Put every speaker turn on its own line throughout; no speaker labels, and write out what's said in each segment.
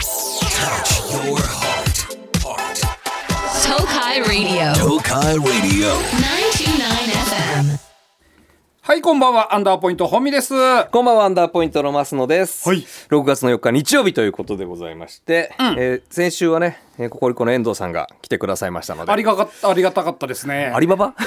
Touch your heart. Heart.
Tokai Radio.
Tokai Radio.
929 FM.
はい、こんばんは。アンダーポイント、本美です。は
こんばんは、アンダーポイントのマスノです。
はい
6月の4日日曜日ということでございまして、えー先週はね、えーココリコの遠藤さんが来てくださいましたので。
ありがかありがたかったですね。
アリババ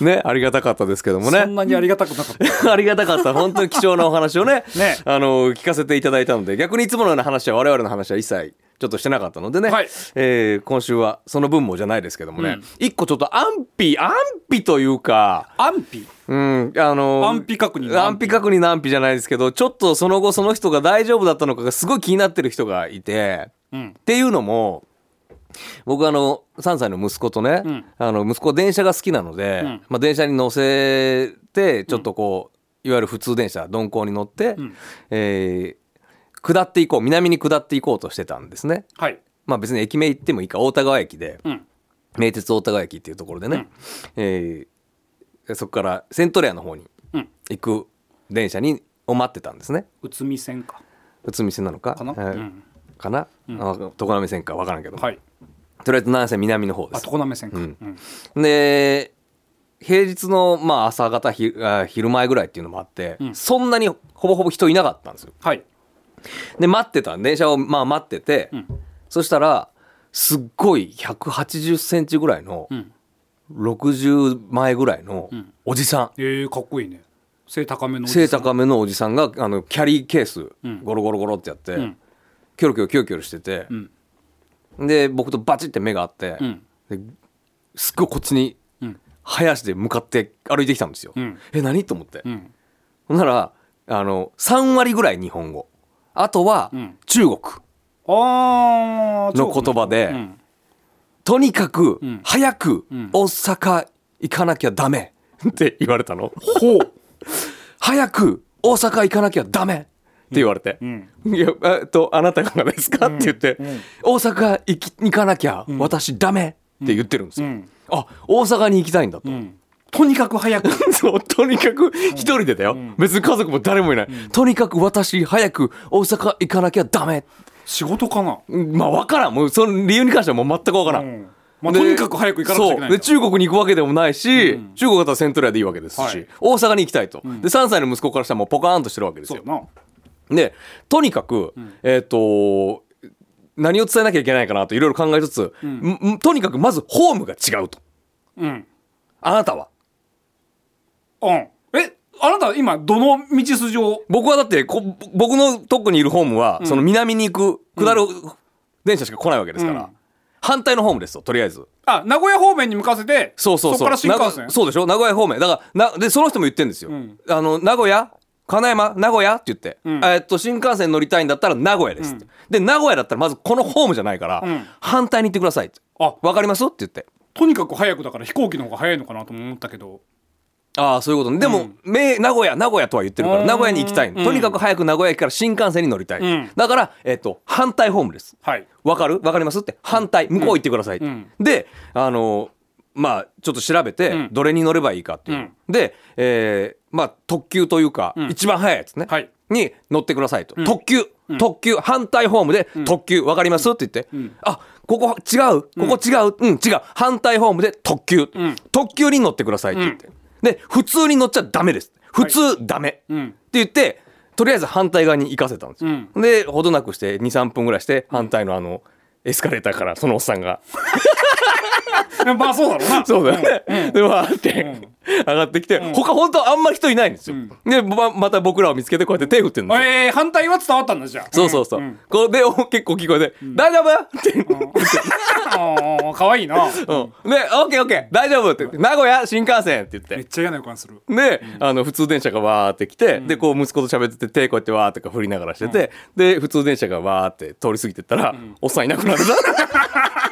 ね、ありがたかったですけども
そ
ね
ん。なにありがたくなかった。
ありがたかった。本当に貴重なお話をね、
ね
あの、聞かせていただいたので、逆にいつものような話は、我々の話は一切、ちょっとしてなかったのでね、
はい
えー今週はその分もじゃないですけどもね、一個ちょっと安否、安否というか、
安否
うん、あの
安否確認の安否
安否確認の安否じゃないですけどちょっとその後その人が大丈夫だったのかがすごい気になってる人がいて、
うん
っていうのも僕あの3歳の息子とね、
ん
あの息子は電車が好きなので、
ん
まあ、電車に乗せてちょっとこう、いわゆる普通電車鈍行に乗って、えー下っていこう南に下っていこうとしてたんですね。
はい。
まあ別に駅名行ってもいいか大田川駅で、
うん
名鉄大田川駅っていうところでね、えーそこからセントレアの方に
うん
行く電車にを待ってたんですね
うつみ線か。
宇都宮なのか
かな
えー
うん
かなあ常滑線か分からんけど、
はい。
とりあえず南線南の方で
あ、
す
常滑線か。
ん
うん
で平日のまあ朝方ひあ昼前ぐらいっていうのもあって、
うん
そんなにほぼほぼ人いなかったんですよ
はい。
で待ってた電車をまあ待ってて、
ん
そしたらすっごい1 8 0ンチぐらいの
うん。
60前ぐらいの
ん
おじさん、
ええ、かっこいいね。背高めのおじさん。
背高めのおじさんがあのキャリーケース
ん
ゴロゴロゴロってやって、
ん
キョロキョロキョロキョロしてて、で僕とバチって目があって、
ん
ですっごいこっちに
うん
早足で向かって歩いてきたんですよ。
うん
え何と思って、
うん。
ほんならあの3割ぐらい日本語あとは
ん
中国
あー
の言葉で、
うん
とにかく
ん
早く
ん
大阪行かなきゃダメって言われたの。
ほう。
早く大阪行かなきゃダメって言われて「
ん
いやえっとあなたがですか?」って言って、大阪行き行かなきゃ私ダメ」って言ってるんですよ。
うん
あ大阪に行きたいんだと。
うん。とにかく早く。
そうとにかく一人でだよ、別に家族も誰もいない、とにかく私早く大阪行かなきゃダメ
仕事かな。
まあ分からんもうその理由に関してはもう全く分からん、
うんまあ、とにかく早く行かなくちゃいけないんだ。
そうで中国に行くわけでもないし、中国だったらセントレアでいいわけですし、
はい
大阪に行きたいと、で3歳の息子からしたらもうポカーンとしてるわけです
そう
よ
だな。
でとにかく、えっ、と何を伝えなきゃいけないかなといろいろ考えつつ、んんとにかくまずホームが違うと
うん。
あなたは
うん。え、あなた今、どの道筋を
僕はだってこ僕のとこにいるホームは、その南に行く下る電車しか来ないわけですから、
うん
反対のホームですととりあえず
あ、名古屋方面に向かせて、
そうそうそう
こから新幹線
な。そうでしょ名古屋方面だからなでその人も言ってんですよ、
ん
あの名古屋金山名古屋って言って、
ん
えっと新幹線乗りたいんだったら名古屋ですって、で名古屋だったらまずこのホームじゃないから、
ん
反対に行ってくださいって
あ
わかりますって言って
とにかく早くだから飛行機の方が早いのかなとも思ったけど
ああそういうことねでも、め名古屋名古屋とは言ってるか
うー
ら
ん
名古屋に行きたい、とにかく早く名古屋駅から新幹線に乗りたい、
ん
だから、えっと反対ホームです
はい
わかるわかりますって反対向こう行ってくださいって、
うん
であのまあちょっと調べて、
ん
どれに乗ればいいかっていう、で、えーまあ特急というか、一番早いやつね、
はい
に乗ってくださいと、特急、特急反対ホームで特急わかりますって言って、あここ違うここ違ううん、違う反対ホームで特急、特急に乗ってくださいって言って、で普通に乗っちゃダメです普通ダメ、
うん
って言ってとりあえず反対側に行かせたんですよ、でほどなくして23分ぐらいして反対のあのエスカレーターからそのおっさんが
まあそうだろうな
そうだよね、でわーって、上がってきて、他本当あんまり人いないんですよ、でままた僕らを見つけてこうやって手振ってるんですよ
えー、反対は伝わったんだじゃあ
そうそうそう、これでお結構聞こえて「大丈夫?」って、
ああかわいいな
うん、で「オッケーオッケー大丈夫」って「名古屋新幹線」って言って
めっちゃ嫌な予感する
で、あの普通電車がわーって来て、でこう息子と喋ってて手こうやってわーとか振りながらしてて、で普通電車がわーって通り過ぎてったら、おっさんいなくなるな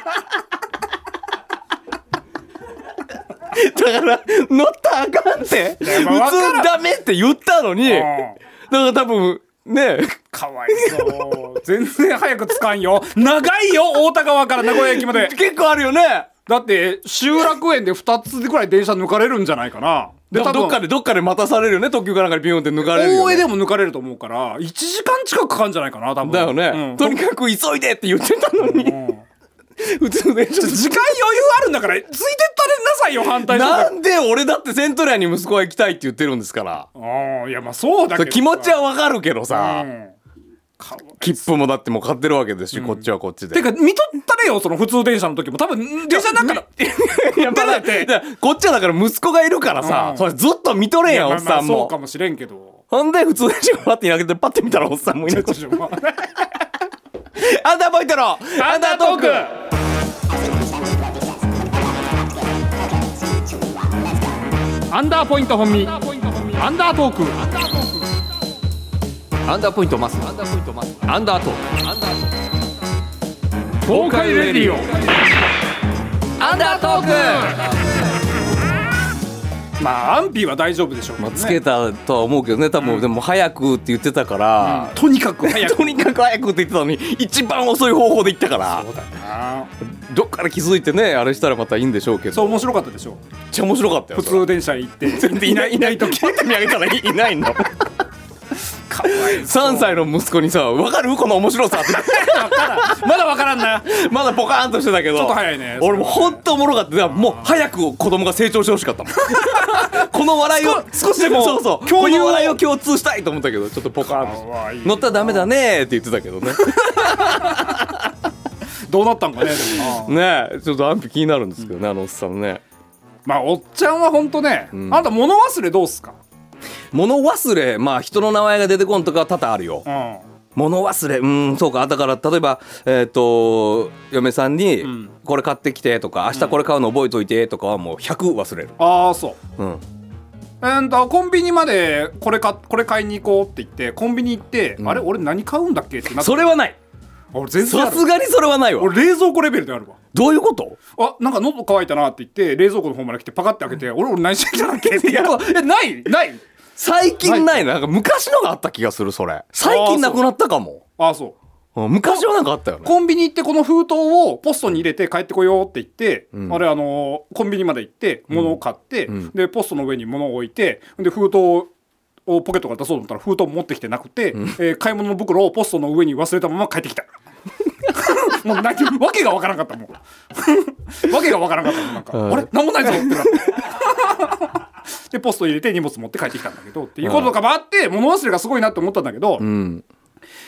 だから乗ったらあかんって普
やまあわか
通
ら
ダメって言ったのにだから多分ね
かわいそう全然早くつかんよ長いよ大田川から名古屋駅まで
結構あるよね
だって集落園で2つぐらい電車抜かれるんじゃないかな
で
多分
どっかでどっかで待たされるよね特急かなんかでビューンって抜かれるよ、
大江
ね
で、も抜かれると思うから1時間近くかかるんじゃないかな多分
だよね、
うん
とにかく急いでって言ってたのに、普通の電車
時間余裕あるんだからついてったれなさいよ反対
な
車
んで俺だってセントリアに息子は行きたいって言ってるんですから
ああいやまあそうだけ
そ
ど
れ
さ
気持ちはわかるけどさ、
うんかわい
切符もだってもう買ってるわけですし、こっちはこっちで
てか見とったれよその普通電車の時も多分電車の中から
いやまだ
だって
だからこっちはだから息子がいるからさ、
うん
それずっと見とれんやんおっ
まあ
さん
まあそう
も、
かもしれんけど
ほんで普通でしょパッて開けてパッて見たらおっさんもいなくてアンダーポイントのアンダートーク
アンダーポイント本身アンダートーク
アンダーポイントマスアンダーポイントマスアンダートーク
東海レディオ
アンダートー
まあアンピーは大丈夫でしょうけど
ク、まあ、
ね
つけたとは思うけどね多分、でも早くって言ってたから、
とにかく早く
とにかく早くって言ってたのに一番遅い方法で行ったから
そうだな
どっから気づいてねあれしたらまたいいんでしょうけど
そう面白かったでしょ
めっちゃ面白かったよ
普通電車行 っていないいない時
パッて見上げたらいいないんだもん
かわい
3歳の息子にさ「分かるこの面白さ」って
まだわからんな
まだポカーンとしてたけど
ちょっと早いね
俺もうほんとおもろかっただからもう早く子供が成長してほしかったもん この笑いを
少少しでも
そうそう
共
共
有を
有笑いを共通したいと思ったけどちょっとポカーン
かわいい
と乗ったらダメだねーって言ってたけ どね
どうなったんかねでもな
ねえちょっと安否気になるんですけどね、あのおっさんね
まあおっちゃんはほんとね、あんた物忘れどうっすか、
物忘れまあ人の名前が出てこんとかは多々あるよ、
ん、
物忘れうんそうかだから例えばえっ、と嫁さんに、
ん
これ買ってきて」とか「明日これ買うの覚えといて」とかはもう100忘れる、
ああそう
うん、
えー、とコンビニまでこれかこれ買いに行こうって言ってコンビニ行って、あれ俺何買うんだっけってなって
それはない
俺全然あ
さ
る
すがにそれはないわ
俺冷蔵庫レベルであるわ
どういうこと
あなんか喉乾いたなって言って冷蔵庫の方まで来てパカって開けて、俺俺何してきたんだっけってやえ ないない
最近ないななんか昔のがあった気がするそれ最近なくなったかも
ああそう
うん昔はなんかあったよね
コンビニ行ってこの封筒をポストに入れて帰ってこようって言って、あれあのーコンビニまで行って物を買って、
ん
でポストの上に物を置いてで封筒をポケットから出そうと思ったら封筒持ってきてなくて、えー買い物の袋をポストの上に忘れたまま帰ってきた もう何わけがわからんかったもん わけがわからんかったもんなんか、
うん
あれ何もないぞってなって でポスト入れて荷物持って帰ってきたんだけどっていうこととかもあって物忘れがすごいなって思ったんだけど、
うん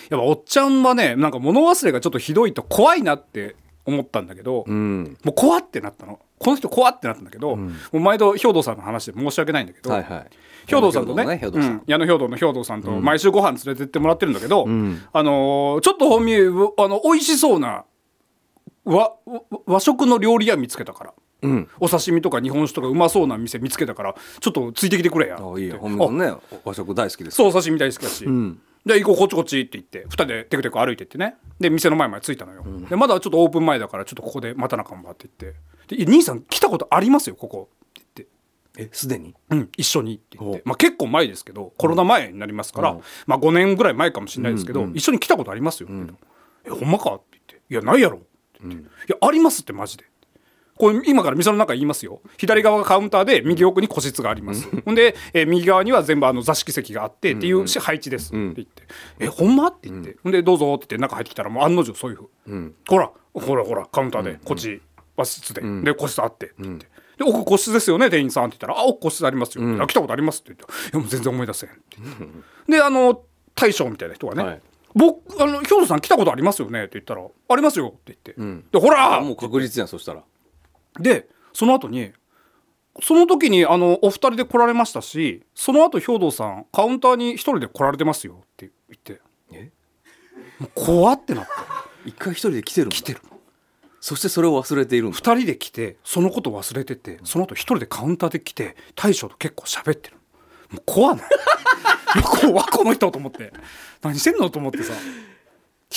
やっぱおっちゃんはねなんか物忘れがちょっとひどいと怖いなって思ったんだけど、
うん
もう怖ってなったのこの人怖ってなったんだけど、もう毎度兵頭さんの話で申し訳ないんだけど、
はいはい
兵頭さんとね
兵頭
う
さん
ん矢野兵頭の兵頭さんと毎週ご飯連れてってもらってるんだけど、
ん
あのーちょっと本名あの美味しそうな和和和食の料理屋見つけたから。
うん
お刺身とか日本酒とかうまそうな店見つけたからちょっとついてきてくれや
あいい
っ
よ
て
本物ね和食大好きです
そう刺身大好きだし、
ん
で行こうこっちこっちって言って2人でテクテク歩いてってねで店の前まで着いたのよ、でまだちょっとオープン前だからちょっとここで待たなあかんわって言って「でいや兄さん来たことありますよここ」って
えすで
言っ
に
て「うん一緒に」って言っ
お
て、まあ、結構前ですけどコロナ前になりますから、まあ、5年ぐらい前かもしれないですけど、一緒に来たことありますよって言うとえほんまか?」って言って「いやないやろ」って言って「いやありますってマジで」これ今から店の中言いますよ左側がカウンターで右奥に個室があります、ほんで、えー右側には全部あの座敷席があってっていうし配置です、って言って「えほんま?」って言って、ほんで「どうぞ」って言って中入ってきたらもう案の定そういうふう、ほらほらほらカウンターでこっち和室で、で個室あってって言って。で奥個室ですよね店員さんって言ったら「あ奥個室ありますよ」って、あ来たことあります」って言って「いやもう全然思い出せん」って言ってであの大将みたいな人がね「
はい
僕あの兵頭さん来たことありますよね」って言ったら「ありますよ」って言って「でほら!」
あもう確実やんそしたら
でその後にその時にあのお二人で来られましたしその後兵頭さんカウンターに一人で来られてますよって言って
え
もう怖ってなって
一回一人で来てる
来
来
てる
そしてそれを忘れているんだ
二人で来てそのこと忘れててその後一人でカウンターで来て大将と結構喋ってるもう怖ない 怖っこの人と思って何してんのと思ってさ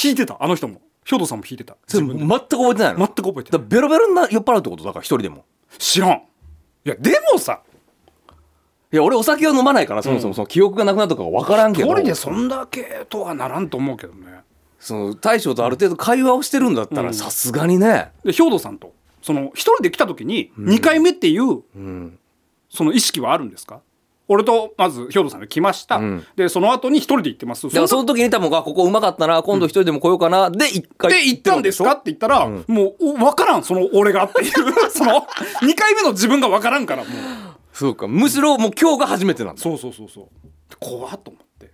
引いてたあの人も兵頭さんも引いてた
それ全く覚えてないの
全く覚えてない
だからベロベロにな酔っ払うってことだから一人でも
知らんいやでもさ
いや俺お酒を飲まないからそもそもその記憶がなくなるとか分からんけど、
一人でそんだけとはならんと思うけどね
その大将とある程度会話をしてるんだったらさすがにね、
で兵頭さんとその一人で来た時に2回目っていう、その意識はあるんですか俺とまず兵頭さんで来ました、でその後に一人で行ってます
だからその時に多分あここうまかったな今度一人でも来ようかなで一回
で行ったんですかって言ったら、もう分からんその俺がっていう その2回目の自分が分からんからもう
そうかむしろもう今日が初めてなんだ
そうそうそうそうで怖っと思って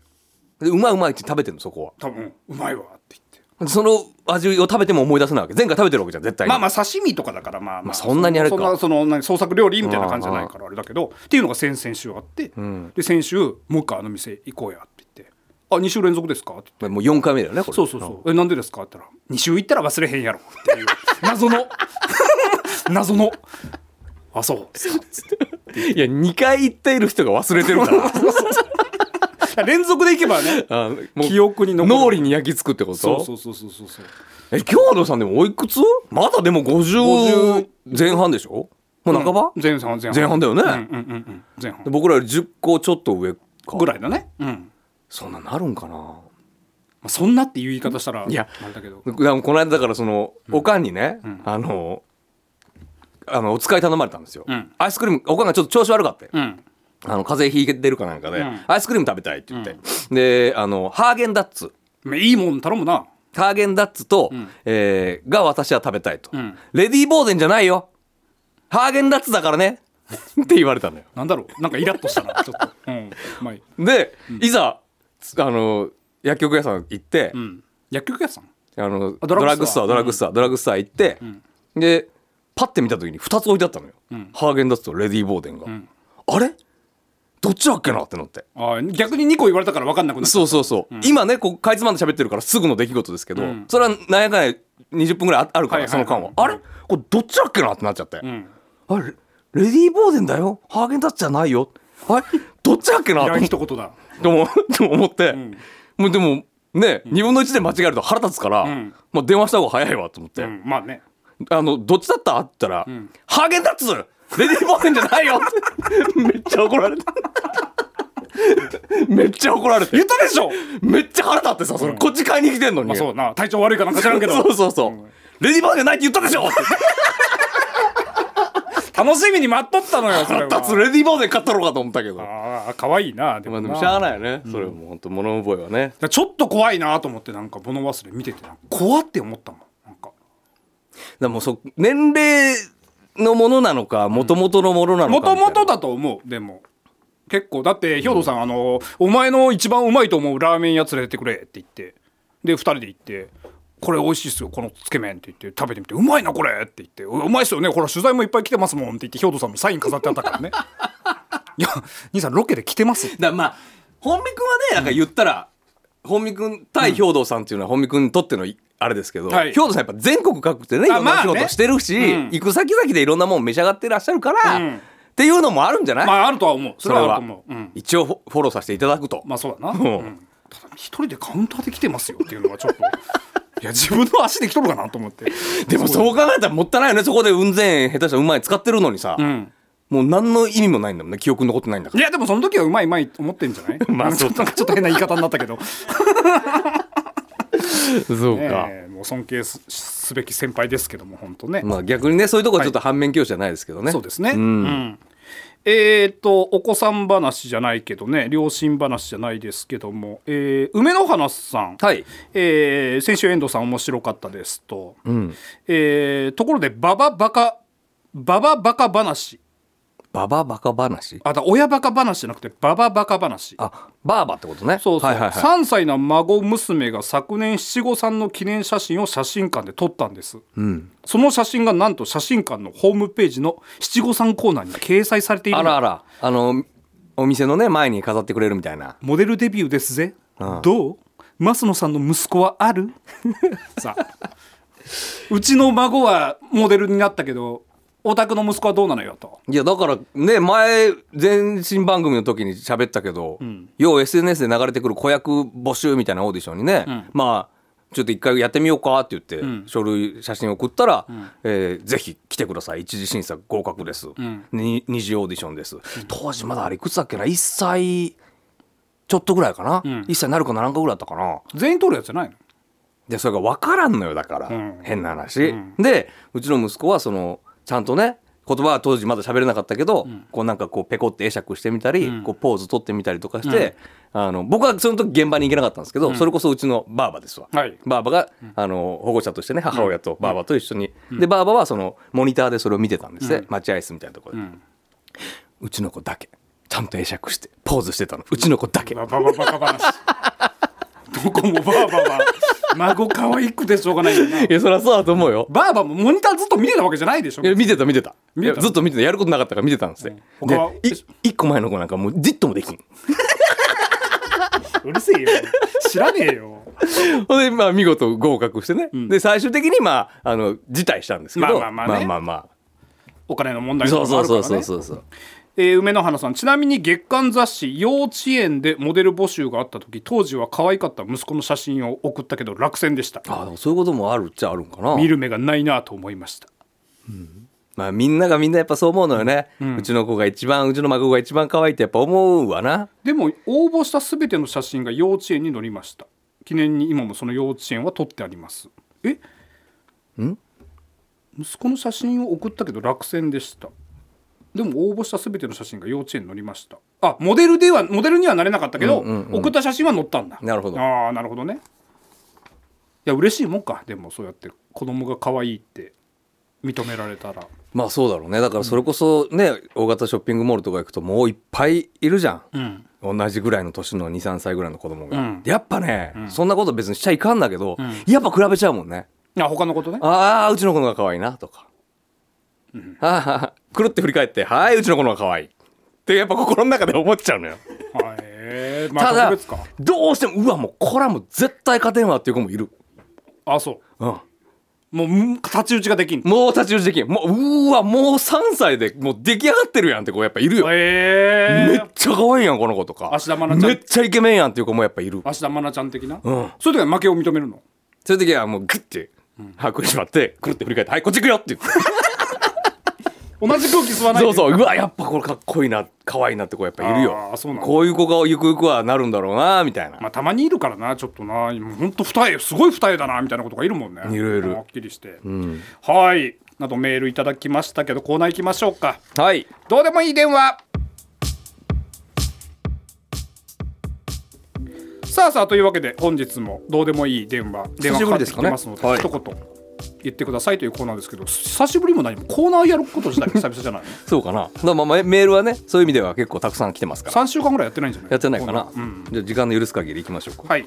でうまいうまいって食べてんのそこ
多分うまいわって言って
はその味を食べても思い出せないわけ前回食べてるわけじゃん絶対に
まあまあ刺身とかだからまあま
あそんなにあれか
そんなその何創作料理みたいな感じじゃないからあれだけどっていうのが先々週あって、で先週もう一回あの店行こうやって言って「あ二2週連続ですか?」って
まあもう4回目だよねこれ
そうそうそう「えなんでですか?」って言ったら「2週行ったら忘れへんやろ」っていう謎の謎の「あそう」
いや2回行っている人が忘れてるから
連続で行けばね
あもう
記憶に残る
脳裏に焼き付くってこと
そうそうそうそうそうそう
え京都さんでもおいくつまだでも50前半でしょもう半ば、
前半前半
前半だよね
うんうんうん前半
で僕らより10個ちょっと上か
ぐらいだねうん
そんななるんかな
まあそんなっていう言い方したら
いや
あれだけど
だからこの間だからその、おかんにね、あのあのお使い頼まれたんですよ、
ん
アイスクリームおかんがちょっと調子悪かったよ、
うん
あの風邪ひいてるかなんかで、
うん
アイスクリーム食べたいって言って、であのハーゲンダッツ
まあいいもん頼むな
ハーゲンダッツと、えーが私は食べたいと、
ん
レディー・ボーデンじゃないよハーゲンダッツだからね って言われたのよ
なんだろうなんかイラッとしたなちょっとうんまあいい
で、いざつあの薬局屋さん行って、
うん薬局屋さん
あの
あド
ド
ラ
ラッ
ッ
グ
グ
ス
スト
トア
ア
ドラッグストア、ドラッグストア行って、でパッて見た時に2つ置いてあったのよ、ハーゲンダッツとレディー・ボーデンが、あれどっちだっけなってなって
あー逆に2個言われたから分かんなくなった
そうそうそう、今ねこうかいつまんで喋ってるからすぐの出来事ですけど、それはなんやかんや20分ぐらいああるから、
はいはい
その間は、あれこれどっちだっけなってなっちゃって、
ん
あれレディー・ボーデンだよハーゲンダッツじゃないよあれどっちだっけなと
いら
思っ
ん
て
一言だ
とも と思って、もうでもね、2分の1で間違えると腹立つから、
ん
まあ、電話した方が早いわと思って、
うんまあね
あのどっちだったって言ったら、ハーゲンダッツレディー・ボーデンじゃないよってめっちゃ怒られためっちゃ怒られ
言
て
ったでしょ
めっちゃ腹立ってさそれ、こっち買いに来てんのに、
まあそうな体調悪いかなんか知らんけど
そうそうそう、レディー・ボーデンじゃないって言ったでしょって
楽しみに待っとったのよそれ
腹立つ
は
レディー・ボーデン買ったろうかと思ったけど
ああ可愛いなで
ま
も
あでも
な
しゃあないよね、それはもう本当物覚えはね
だからちょっと怖いなと思ってなんか物忘れ見ててなんか怖って思ったもんなんか
だからもうそ年齢のものなのかもともとのものなの
もと
かみたいな
もとだと思うでも結構だって兵頭さん、あの「お前の一番うまいと思うラーメン屋連れてくれ」って言ってで2人で行って「これ美味しいっすよこのつけ麺」って言って食べてみて「うまいなこれ」って言って「ううまいっすよねほら取材もいっぱい来てますもん」って言って兵頭さんもサイン飾ってあったから ね「いや兄さんロケで来てます」
だからまあ本見くんはねなんか言ったら、本見くん対兵頭さんっていうのは本見くんにとってのいあれですけど、
はい
兵頭さんやっぱ全国各地でねい
あ
ろんなお仕
まあね
事してるし、
うん
行く先々でいろんなもん召し上がってらっしゃるから、
うん
っていうのもあるんじゃない、
まああるとは思うそ
そ
れ
れ
はある
は
と思う、うん、
一応フォフォローさせていただくと、
まあそうだな、
ん
うんただ一人でカウンターで来てますよっていうのはちょっといや自分の足で来とるかなと思って
でもそう考えたらもったいないよねそこで雲仙下手したらうまい使ってるのにさ、
ん
もう何の意味もないんだもんね記憶に残ってないんだか
いやでもその時はうまいうまいと思ってんじゃない
まあそう
なんかちょっと変な言い方になったけ ど、ね
らそう
えもう尊敬すすべき先輩ですけども本当ね、
まあ逆にねそういうとこはちょっと反面教師じゃないですけどね、
そうですね、うんえっ、とお子さん話じゃないけどね両親話じゃないですけども、えー梅の花さん、
はい
えー先週遠藤さん面白かったですと、えーところでバババカバババカ話
バババカ話
あだ親バカ話じゃなくてバババカ話
あバーバってことね
そうそう、
はいはいはい
3歳の孫娘が昨年七五三の記念写真を写真館で撮ったんです、その写真がなんと写真館のホームページの七五三コーナーに掲載されている
あ
の
らあら、あの、お店のね、前に飾ってくれるみたいな。
モデルデビューですぜどう増野さんの息子はあるさあうちの孫はモデルになったけどお宅の息子はどうなのよと
いや、だからね、前、前身番組の時に喋ったけど、よう SNS で流れてくる子役募集みたいなオーディションにね、まあ、ちょっと一回やってみようかって言って、書類、写真送ったら、えーぜひ来てください。一次審査合格です。に二次オーディションです。当時まだあれいくつだっけな ?1 歳ちょっとぐらいかな、?1 歳なるかならんかぐらいだったかな
全員撮るやつじゃないの
でそれが分からんのよだから、
ん
変な話、でうちの息子はそのちゃんとね言葉は当時まだ喋れなかったけど、こうなんかこうペコって会釈してみたり、こうポーズ取ってみたりとかして、あの僕はその時現場に行けなかったんですけど、それこそうちのバーバですわ、
はい
バーバが、あの保護者としてね母親とバーバと一緒に、でバーバはそのモニターでそれを見てたんですね、待合室みたいなところで、うちの子だけちゃんと会釈してポーズしてたのうちの子だけ、
ババババカ話どこもバーバは孫可愛くてしょうがないよない
やそりゃそうだと思うよ
バーバもモニターずっと見てたわけじゃないでしょ
いや見てた見てた
見てた
いやずっと見てたやることなかったから見てたんですね、
うん
で
他はい
一個前の子なんかもうじっともできん
うるせえよ知らねえよ
ほんで、まあ、見事合格してね、で最終的にまああの辞退したんですけど
まあまあまあね
まあまあま
お金の問
あ
題と
そ
か
う
も
そ
あるか
う
ら
そ
ね
うそうそうそう
えー梅の花さんちなみに月刊雑誌「幼稚園」でモデル募集があった時当時は可愛かった息子の写真を送ったけど落選でした
あでもそういうこともあるっちゃあるんかな
見る目がないなと思いました
まあ、みんながみんなやっぱそう思うのよね、うちの子が一番うちの孫が一番可愛いってやっぱ思うわな
でも応募した全ての写真が幼稚園に載りました記念に今もその幼稚園は撮ってありますえん息子の写真を送ったけど落選でしたでも応募した全ての写真が幼稚園に載りましたあモデルではモデルにはなれなかったけど、送った写真は載ったんだ
なるほど
ああなるほどねいや嬉しいもんかでもそうやって子供が可愛いって認められたら
まあそうだろうねだからそれこそね、大型ショッピングモールとか行くともういっぱいいるじゃん、同じぐらいの年の23歳ぐらいの子供が、
ん
やっぱね、そんなこと別にしちゃいかんだけど、やっぱ比べちゃうもんね
あ他のことね
ああうちの子のが可愛いなとか、ああくるって振り返ってはいうちの子のが可愛いってやっぱ心の中で思っちゃうのよ
あえー、まあ
ただ
特別か
どうしてもうわもうこれはもう絶対勝てんわっていう子もいる、
あそう
うん、
もうむ太刀打ちができん
もう立ち打ちできんもううーわもう3歳でもう出来上がってるやんって子やっぱ いるよ
え
め
え
っちゃ可愛いやんこの子とか
芦田愛菜ちゃん
めっちゃイケメンやんっていう子もやっぱいる
芦田愛菜ちゃん的な、
うん
そういう時は負けを認めるの
そういう時はもうグッて把握しまってくるって振り返って「はいこっち来るよ」って言って
同じ空気吸わない
そう
う
そううわやっぱこれかっこいいな可愛いなって子やっぱいるよ
あーそうなんだ
こういう子がゆくゆくはなるんだろうなみたいな、
まあたまにいるからなちょっとな今ほんと二重すごい二重だなみたいなことがいるもんね
いろいろ
はっきりして、はいなどメールいただきましたけどコーナー行きましょうか
はい
どうでもいい電話さあさあというわけで本日もどうでもいい電話電話
久し
かか
ぶり
ってき
です
て
かね
ますので
はい
一言言ってくださいというコーナーですけど久しぶりも何もコーナーやること自体が久々じゃない
そうかなだからまあまあメールはねそういう意味では結構たくさん来てますから
3週間ぐらいやってないんじゃない
やってないかな
コー、ナーうん
じゃあ時間の許す限りいきましょうか
はい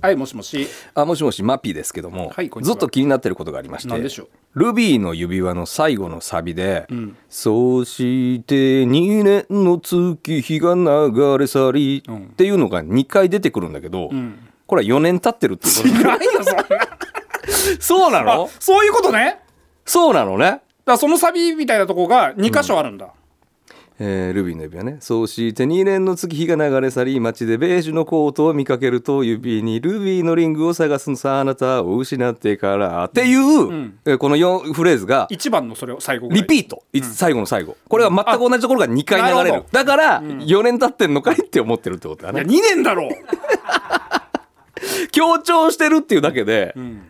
はいもしもし
あもしもしマッピーですけども、
はいこんにち
ず
は
っと気になってることがありまして
何でしょう
ルビーの指輪の最後のサビで「そうして2年の月日が流れ去り」
ん
っていうのが2回出てくるんだけど、これは4年経ってるってこと
ないよそん
そうな
な
の
そういうことね
そうなのね、
だからそのサビみたいなとこが2箇所あるんだ、
えールビーの指輪ねそうして2年の月日が流れ去り街でベージュのコートを見かけると指にルビーのリングを探すのさあなたを失ってからっていう、えーこの4フレーズが
一番のそれを最後ぐらい
リピート、いつ最後の最後これは全く同じところが2回
な
流
る
れ
ほ
る
ど
だから4年経ってんのかいって思ってるってことだ
いや
ね
2年だろう
強調してるっていうだけで2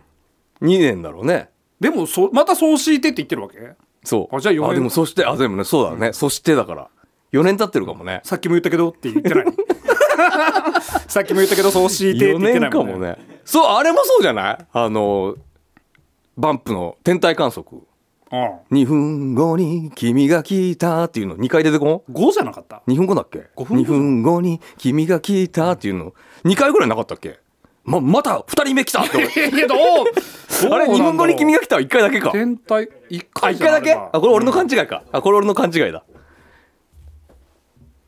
年だろうね
でもそまたそう敷いてって言ってるわけ
そう
あじゃあ四年
でもそしてあでもねそうだね、そしてだから4年経ってるかもね
さっきも言ったけどって言 ってないさっきも言ったけどそう敷いてって
4
言ってな
年
い
か
もん
もねそうあれもそうじゃないあのバンプの天体観測
う
2分後に君が来たっていうの2回出てこん
ん5じゃなかった
2分後だっけ
五分後
2分後に君が来たっていうの2回ぐらいなかったっけままた2人目来たって 思って
いやどう
あれ2分後に君
が
が来たは1回だけか
天体1
あ
回
1
じゃな
回だけ
あれ
あ
は
これ俺の勘違いかあこれ俺の勘違いだ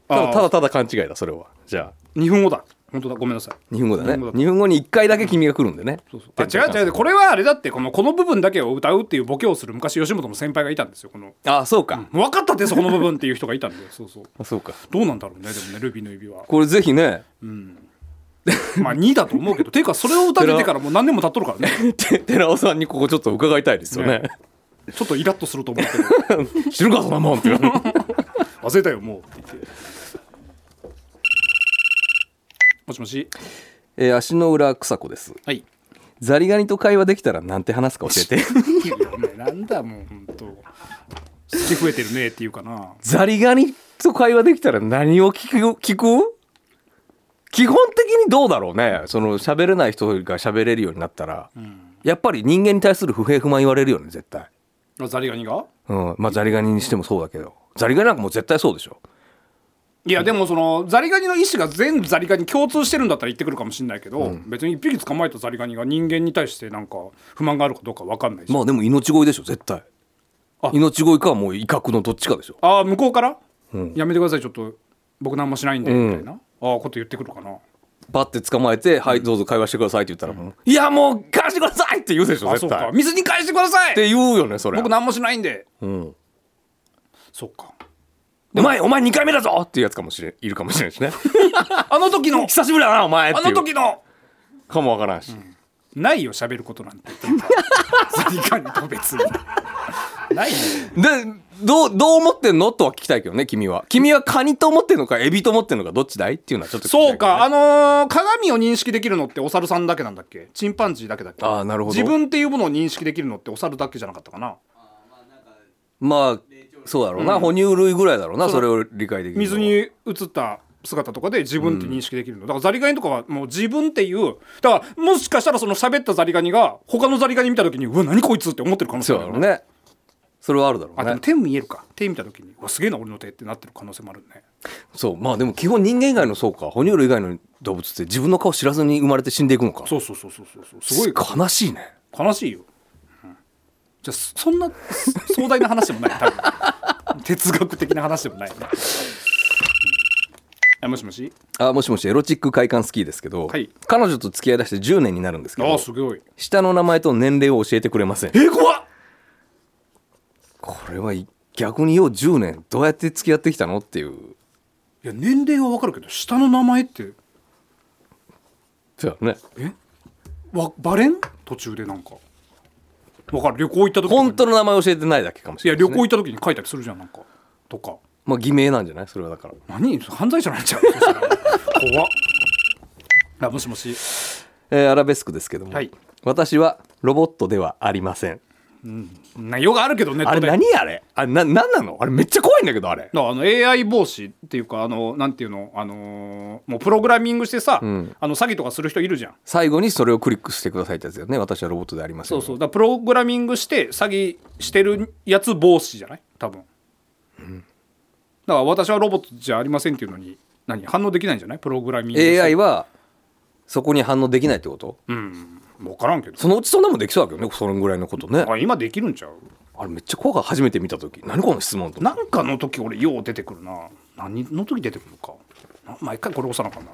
た
あ
だ
ー
ただただ勘違いだそれはじゃあ
2分後だ本当だごめんなさい
2分後だね
二分後だ
2分後に1回だけ君が来るんでね
そうそうあ違う違うこれはあれだってこのこの部分だけを歌うっていうボケをする昔吉本の先輩がいたんですよこの
あそうか
分かったってそこの部分っていう人がいたんでそう そう
あそうか
どうなんだろうねでもねルビーの指は
これぜひね
まあ2だと思うけどていうかそれを歌っててからもう何年も経っとるからね
て寺尾さんにここちょっと伺いたいですよね
ちょっとイラッとすると思うけど
知るかそんな もんって言われて
忘れたよもうって言ってもしもし
えー足の裏草子です
はい
ザリガニと会話できたらなんて話すか教えて
いやお前なんだもう本当好き増えてるねっていうかな
ザリガニと会話できたら何を聞く聞く基本的にどうだろうねその喋れない人が喋れるようになったら、やっぱり人間に対する不平不満言われるよね絶対、
あザリガニが
うん、まあザリガニにしてもそうだけどザリガニなんかもう絶対そうでしょ
いやでもそのザリガニの意思が全ザリガニ共通してるんだったら言ってくるかもしれないけど、別に一匹捕まえたザリガニが人間に対してなんか不満があるかどうか分かんないし、
まあでも命乞いでしょ絶対
あ
命乞いかもう威嚇のどっちかでしょ
ああ向こうから、やめてくださいちょっと僕何もしないんで」みたいな、ああこと言ってくるかな
バッて捕まえて「はいどうぞ会話してください」って言ったらもう「いやもう返してください!」って言うでしょ
あ
絶
そう
対
か
っ
水に返してください
て言うよねそれ
僕何もしないんで、
ん
そっか
お前お前2回目だぞっていうやつかもしれいるかもしれないしね
あの時の
久しぶりだなお前って
あ
いう
の時の
かもわからんし、
ないよ喋ること なんてザリガニと別にないよ
でどうどう思ってんのとは聞きたいけどね君は君はカニと思ってんのかエビと思ってんのかどっちだいっていうのはちょっと聞きたい
そ
けどね
うか、あのー鏡を認識できるのってお猿さんだけなんだっけチンパンジーだけだっけ
あーなるほど
自分っていうものを認識できるのってお猿だけじゃなかったかな
まあそうだろうな、哺乳類ぐらいだろうなそれを理解できるのは
水に映った姿とかで自分って認識できるの、だからザリガニとかはもう自分っていうだからもしかしたらその喋ったザリガニが他のザリガニ見た時にうわ何こいつって思ってる可能性
そう
もある
だろ
よ
うねそれはあるだろ
あ
う
で
ね
も手見えるか手見た時にうわすげえな俺の手ってなってる可能性もあるね
そうまあでも基本人間以外のそうか哺乳類以外の動物って自分の顔知らずに生まれて死んでいくのか
そうそうそうそうそうそうすごい
悲しいね
悲しいよ、うんじゃあそそんなそ壮大な話でもない多 分哲学的な話でもないね、うんあもしもし
あもしもしエロチック快感好きですけど、
はい
彼女と付き合いだして10年になるんですけ
あ
ど
あすごい
下の名前と年齢を教えてくれません
え怖っ
これはい逆によう10年どうやって付き合ってきたのっていう
いや年齢は分かるけど下の名前って
そうだね
えわバレン途中でなんか分かる旅行行った時とかに
本当の名前教えてないだけかもし
いや
れない、
旅
ね、
行行った時に書いたりするじゃんなんかとか
まあ偽名なんじゃないそれはだから
何犯罪者になっちゃうそしたら怖っあもしもし
えーアラベスクですけども、
はい
私はロボットではありません
内容があるけどネッ
あ
ト
れ
で
何あれあれななんなのあれめっちゃ怖いんだけどあれ
だからあの AI 防止っていうかあのなんていうの、あのーもうプログラミングしてさ、あの詐欺とかする人いるじゃん
最後にそれをクリックしてくださいってやつだよね私はロボットでありません
そうそうだからプログラミングして詐欺してるやつ防止じゃない多分、だから私はロボットじゃありませんっていうのに何反応できないんじゃないプログラミングして
AI はそこに反応できないってこと
うん分からんけど
そのうちそんなもんできそうだけどねそのぐらいのことね
あ今できるんちゃう
あれめっちゃ怖が初めて見た時何この質問と
なんかの時俺よう出てくるな何の時出てくるかな毎回これ押さなあかんな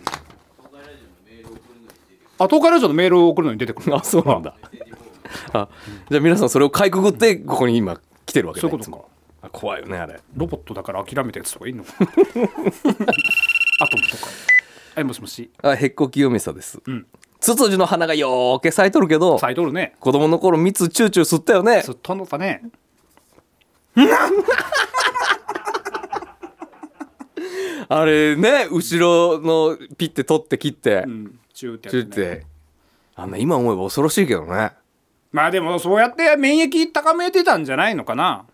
あ東海ラジオのメールを送るのに出てくる
あそうなんだあじゃあ皆さんそれをかいくぐってここに今来てるわけだ
そういうことか
いつもあ怖いよねあれ
ロボットだから諦めたやつとかいんのかなアトムとかはいもしもし
あへっこ清美さです、
ん
ツツジの花がよーけ咲いとるけど
サイドルね
子供の頃蜜チューチュー吸ったよね
ずっとのだね
あれね後ろのピッて取って切って、
うんチューってやつ
チュ
ね
ーってあんな今思えば恐ろしいけどね
まあでもそうやって免疫高めてたんじゃないのかな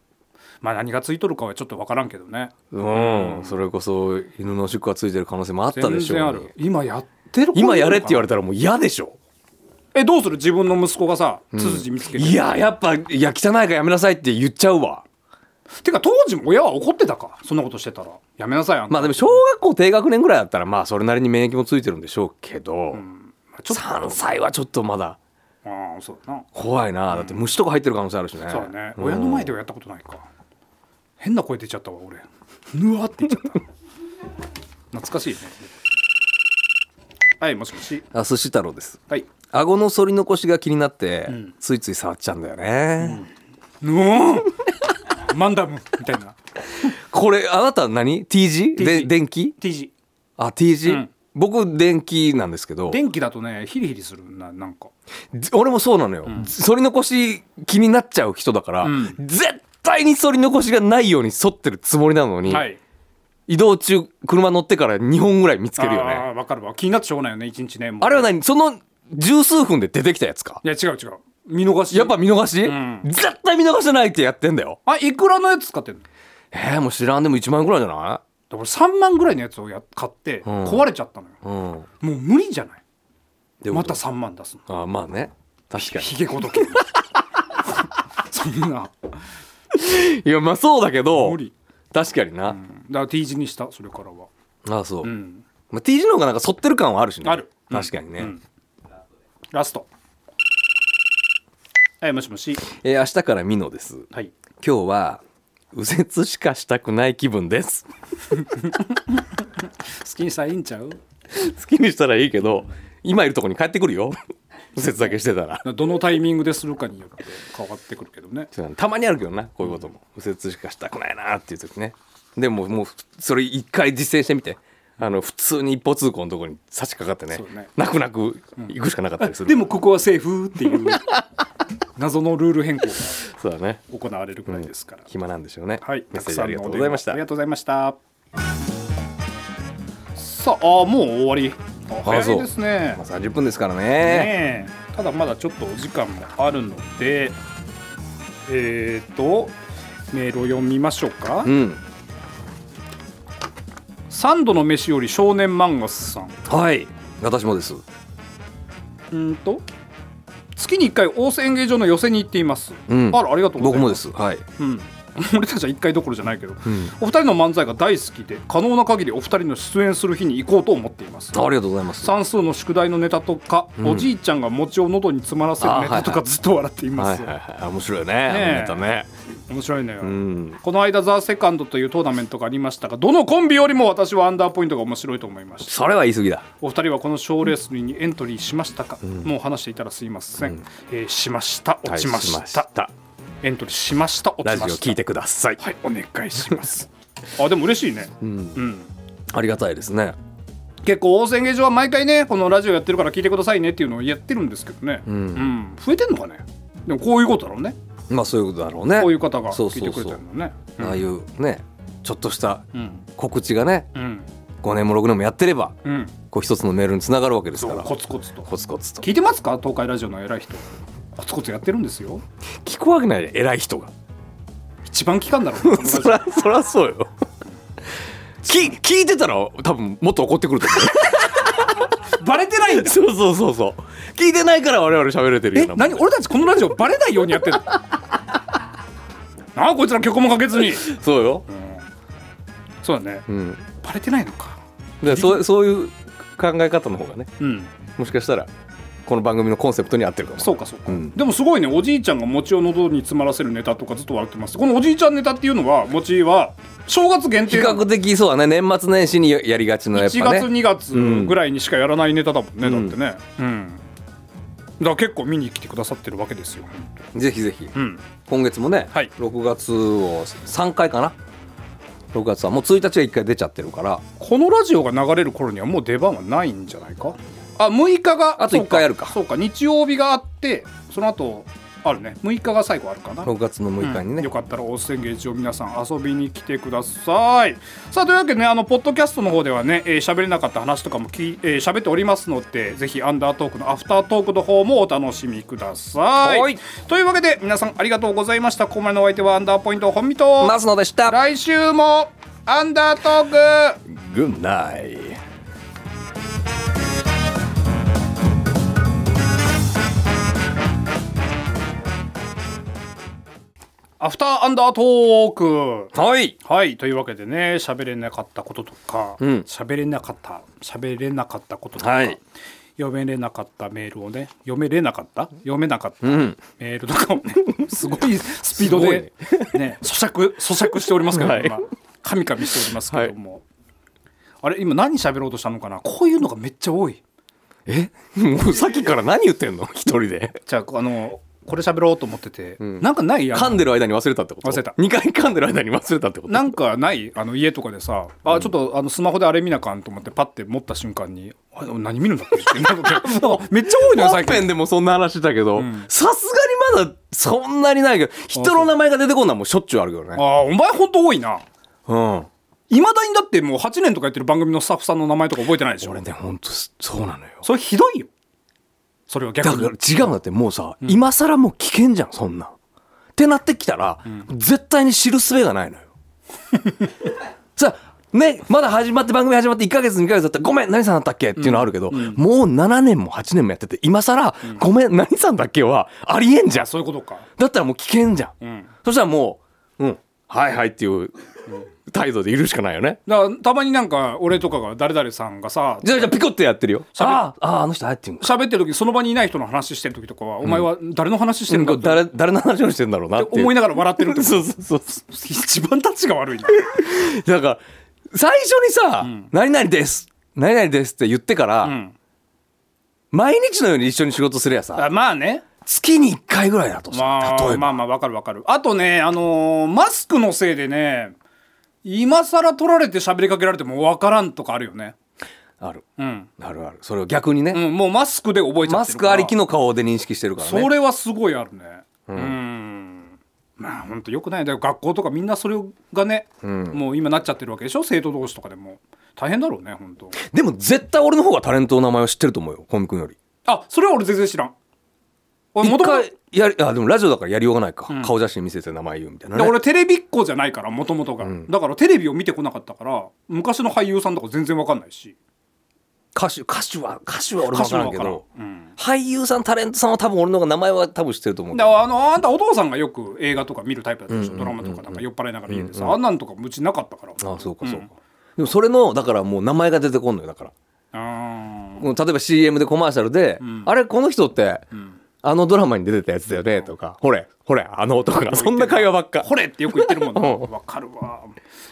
まあ何がついとるかはちょっと分からんけどね
うん、それこそ犬の宿がついてる可能性もあった
全
でしょうに
然ある今やってる子いるのか
今
な
やれって言われたらもう嫌でしょ
えどうする自分の息子がさツツジ見つけて、
いややっぱいや汚いからやめなさいって言っちゃうわ
てか当時も親は怒ってたかそんなことしてたらやめなさいあんた
まあでも小学校低学年ぐらいだったらまあそれなりに免疫もついてるんでしょうけど、
ちょっと
3歳はちょっとまだ
ああそうだな
怖いなだって虫とか入ってる可能性あるしね、
そうだね、
うん
親の前ではやったことないか変な声出ちゃったわ俺ぬわって言っちゃった懐かしいねはいもしもし
あ寿司太郎です
はい
顎の反り残しが気になって、ついつい触っちゃうんだよね、
ぬおーマンダムみたいな
これあなた何 T 字
T
で
字
電気
T 字
あ T 字、
うん
僕電気なんですけど
電気だとねヒリヒリするななんか
俺もそうなのよ、反り残し気になっちゃう人だから、
ん
絶対に反り残しがないように反ってるつもりなのに、
はい
移動中車乗ってから2本ぐらい見つけるよね
あーわかるわ気になってしょうがないよね一日ねもう
あれは何その十数分で出てきたやつか
いや違う違う見逃し
やっぱ見逃し、
ん
絶対見逃してないってやってんだよ
あいくらのやつ使ってんのだか
えー、もう知らんでも1万円ぐらいじゃな
ら俺3万ぐらいのやつをや買って
ん
壊れちゃったのよ、
いうん
もう無理じゃない
で
また3万出すの
あまあね確か
ひげごとき そんな
にいやまあそうだけど
無理
確かにな、
だから T 字にしたそれからは
ああそう、
ん
まあ、T 字の方がなんか反ってる感はあるしね
あるうん
確かにね、
うんラストはいもしもし
えー明日からミノです
はい
今日は右折しかしたくない気分です
好きにしたらいいんちゃう
好きにしたらいいけど今いるとこに帰ってくるよ右折だけしてたら
どのタイミングでするかによって変わってくるけどね
そうだねたまにあるけどなこういうことも右折しかしたくないなっていう時ねでももうそれ一回実践してみてあの普通に一方通行のところに差し掛かって
そ
ね
うね
泣く泣く行くしかなかったりする、
でもここはセーフっていう 謎のルール変更が
そうだね
行われるくらいですから、
暇なんでしょうね
はい、
メ
た
ッセ
く
ージ
さ
あ
ん
り
の
が
お
とう
電話
ございました
ありがとうございました。さあ、あーもう終わり。あ
あ
早
そう
いですね
まあ。30分ですからね
ねえただまだちょっとお時間もあるので、えっ、とメールを読みましょうか
う。ん
三度の飯より少年漫画さん。
はい私もです
うんと月に一回大瀬演芸場の寄せに行っています。
うん
あらありがとうござ
僕
い
も
ま。
ですすはい
僕もです。うん。俺たちは一回どころじゃないけど、お二人の漫才が大好きで可能な限りお二人の出演する日に行こうと思っています
ありがとうございます
算数の宿題のネタとか、おじいちゃんが餅を喉に詰まらせるネタと
あはいは
か
い
ずっと笑ってい
は
ま
い
す、
はいはい面白いよね
え
あのネタね
面白いね、
うん
この間「ザ・セカンドというトーナメントがありましたがどのコンビよりも私はアンダーポイントが面白いと思いました
それは言い過ぎだ
お二人はこの賞レースにエントリーしましたか、もう話していたらすいません、えーしました落ちました,、
はいしました
エントリーしました落ちま
ラ
し
ジ
た
オ聞いてください
はいお願いしますあでも嬉しいね、うん、
ありがたいですね
結構大宣芸場は毎回ねこのラジオやってるから聞いてくださいねっていうのをやってるんですけどね、うん増えてんのかねでもこういうことだろうね
まあそういうことだろうね
こういう方が
そう
聞い
そ
て
う
くれて
そ
る
う
のね
ああいうねちょっとした
うん
告知がね
うん
5年も6年もやってれば
うん
こう一つのメールにつながるわけです
そ
か
う
ら
コツコツと
コツコツと
聞いてますか東海ラジオの偉い人コツコツやってるんですよ
聞くわけないで偉い人が
一番聞かんだろうねこのラジ
そらそらそうよき聞いてたら多分もっと怒ってくると思
オバレてないん
う
だ
そうそうそうそう聞いてないから我々喋れてる
え
ようなもん
何俺たちこのラジオバレないようにやってるなあこいつら曲もかけずに
そうよ、
そうだね
うん、
バレてないのか
でそうそういう考え方の方がね
うん
もしかしたらこの番組のコンセプトに合ってるかも
そうかそうか、
うん
でもすごいねおじいちゃんが餅を喉に詰まらせるネタとかずっと笑ってますこのおじいちゃんネタっていうのは餅は正月限
比
定なの
較的そうだね年末年始にややりがちのやっぱ
1月
ね
2月ぐらいにしかやらないネタだもんね、
うん
だってねうんだから結構見に来てくださってるわけですよ
ぜひぜひ
うん
今月もね、
はい
6月を3回かな6月はもう1日は1回出ちゃってるから
このラジオが流れる頃にはもう出番はないんじゃないかあ6日が
あと一回やるか
そうかそう日曜日があってその後あるね6日が最後あるかな
6月の6日にね、
よかったら大津宣言一を皆さん遊びに来てくださいさあというわけでねあのポッドキャストの方ではねえー喋、れなかった話とかもき、えー喋っておりますのでぜひアンダートークのアフタートークの方もお楽しみください
はい
というわけで皆さんありがとうございましたここまでのお相手はアンダーポイント本見と
ますのでした
来週もアンダートーク
グッナイ
アフターアンダートーク
はい
はいというわけでね喋れなかったこととか
ん
喋、れなかった喋れなかったこととか、
はい
読めれなかったメールをね読めれなかった読めなかった、
ん
メールとかを ねすごいスピードで、ね、咀嚼咀嚼しておりますけど、
はい
今噛み噛みしておりますけども、あれ今何喋ろうとしたのかなこういうのがめっちゃ多い
えも うさっきから何言ってんの一人で
じゃああのこれ喋ろうと思ってて、なんかないやん
噛んでる間に忘れたってこと
忘れた
2回噛んでる間に忘れたってこと
なんかないあの家とかでさ、あちょっとあのスマホであれ見なあかんと思ってパッて持った瞬間に「あ何見るんだっけ?」ってなるの なんかめっちゃ多いのよ
本
最近
編でもそんな話だけど
ん
さすがにまだそんなにないけど人の名前が出てこんのはもうしょっちゅうあるけど
あ
ね
あお前ほんと多いな
うん
いまだにだってもう8年とかやってる番組のスタッフさんの名前とか覚えてないでしょ
俺ねほんとそうなのよ
それひどいよそれを逆
だから
に
違うんだってもうさ、今更もう危険じゃんそんなんってなってきたら、絶対に知る術がな いのよさねまだ始まって番組始まって1ヶ月2ヶ月だったら「ごめん何さんだったっけ?」っていうのあるけど、もう7年も8年もやってて今更、ごめん何さんだっけ?」はありえんじゃん
そういうことか
だったらもう危険じゃん、
ん
そしたらもう「うんはいはい」っていう態度でいるしかないよね
だからたまになんか俺とかが誰々さんがさ
じゃあじゃあピコってやってるよ
べ
あああああの人ああやってるんだ
喋ってる時その場にいない人の話してる時とかは、お前は誰の話してるんだ
こ
っ
れ
て
誰誰の話をしてんだろうなっていう
思いながら笑ってるってこと
そうそうそうそ う
一番タッチが悪い な
だから最初にさ「何々です何々です」って言ってから、
ん
毎日のように一緒に仕事するやさ
あまあね
月に1回ぐらいだとさ、
まあ
例えば、
まあまあわかるわかるあとねあのーマスクのせいでね今更取られて喋りかけられてもわからんとかあるよね
あ、る
うん、
あるあるそれを逆にね、
うん、もうマスクで覚えちゃ
マ
って
ス
るから
クありきの顔で認識してるからね
それはすごいあるねうんまあ本当よくないだよ学校とかみんなそれがね、もう今なっちゃってるわけでしょ生徒同士とかでも大変だろうね本当
でも絶対俺の方がタレントの名前を知ってると思うよコミ君より
あそれは俺全然知らん俺
一
元々
回やりあでもラジオだからやりようがないか、顔写真見せて名前言うみたいな、
で
ね、
俺テレビっ子じゃないからもともとが、だからテレビを見てこなかったから昔の俳優さんとか全然わかんないし
歌手歌手は歌手は俺も分からんけ
歌手は分
ど
からんうん
俳優さんタレントさんは多分俺の方が名前は多分知ってると思うけ
だ
ど
からあのあんたお父さんがよく映画とか見るタイプだったでしょ、ドラマとかなんか酔っ払いながら家でさ、あんなんとかうちなかったから
あそうかそうか、
ん
でもそれのだからもう名前が出てこんのよだから
あー
もう例えば CM でコマーシャルで「あれこの人って、あのドラマに出てたやつだよね」とか「ほれほれあの男 が」 そんな会話ばっか
これってよく言ってるも んねわかるわ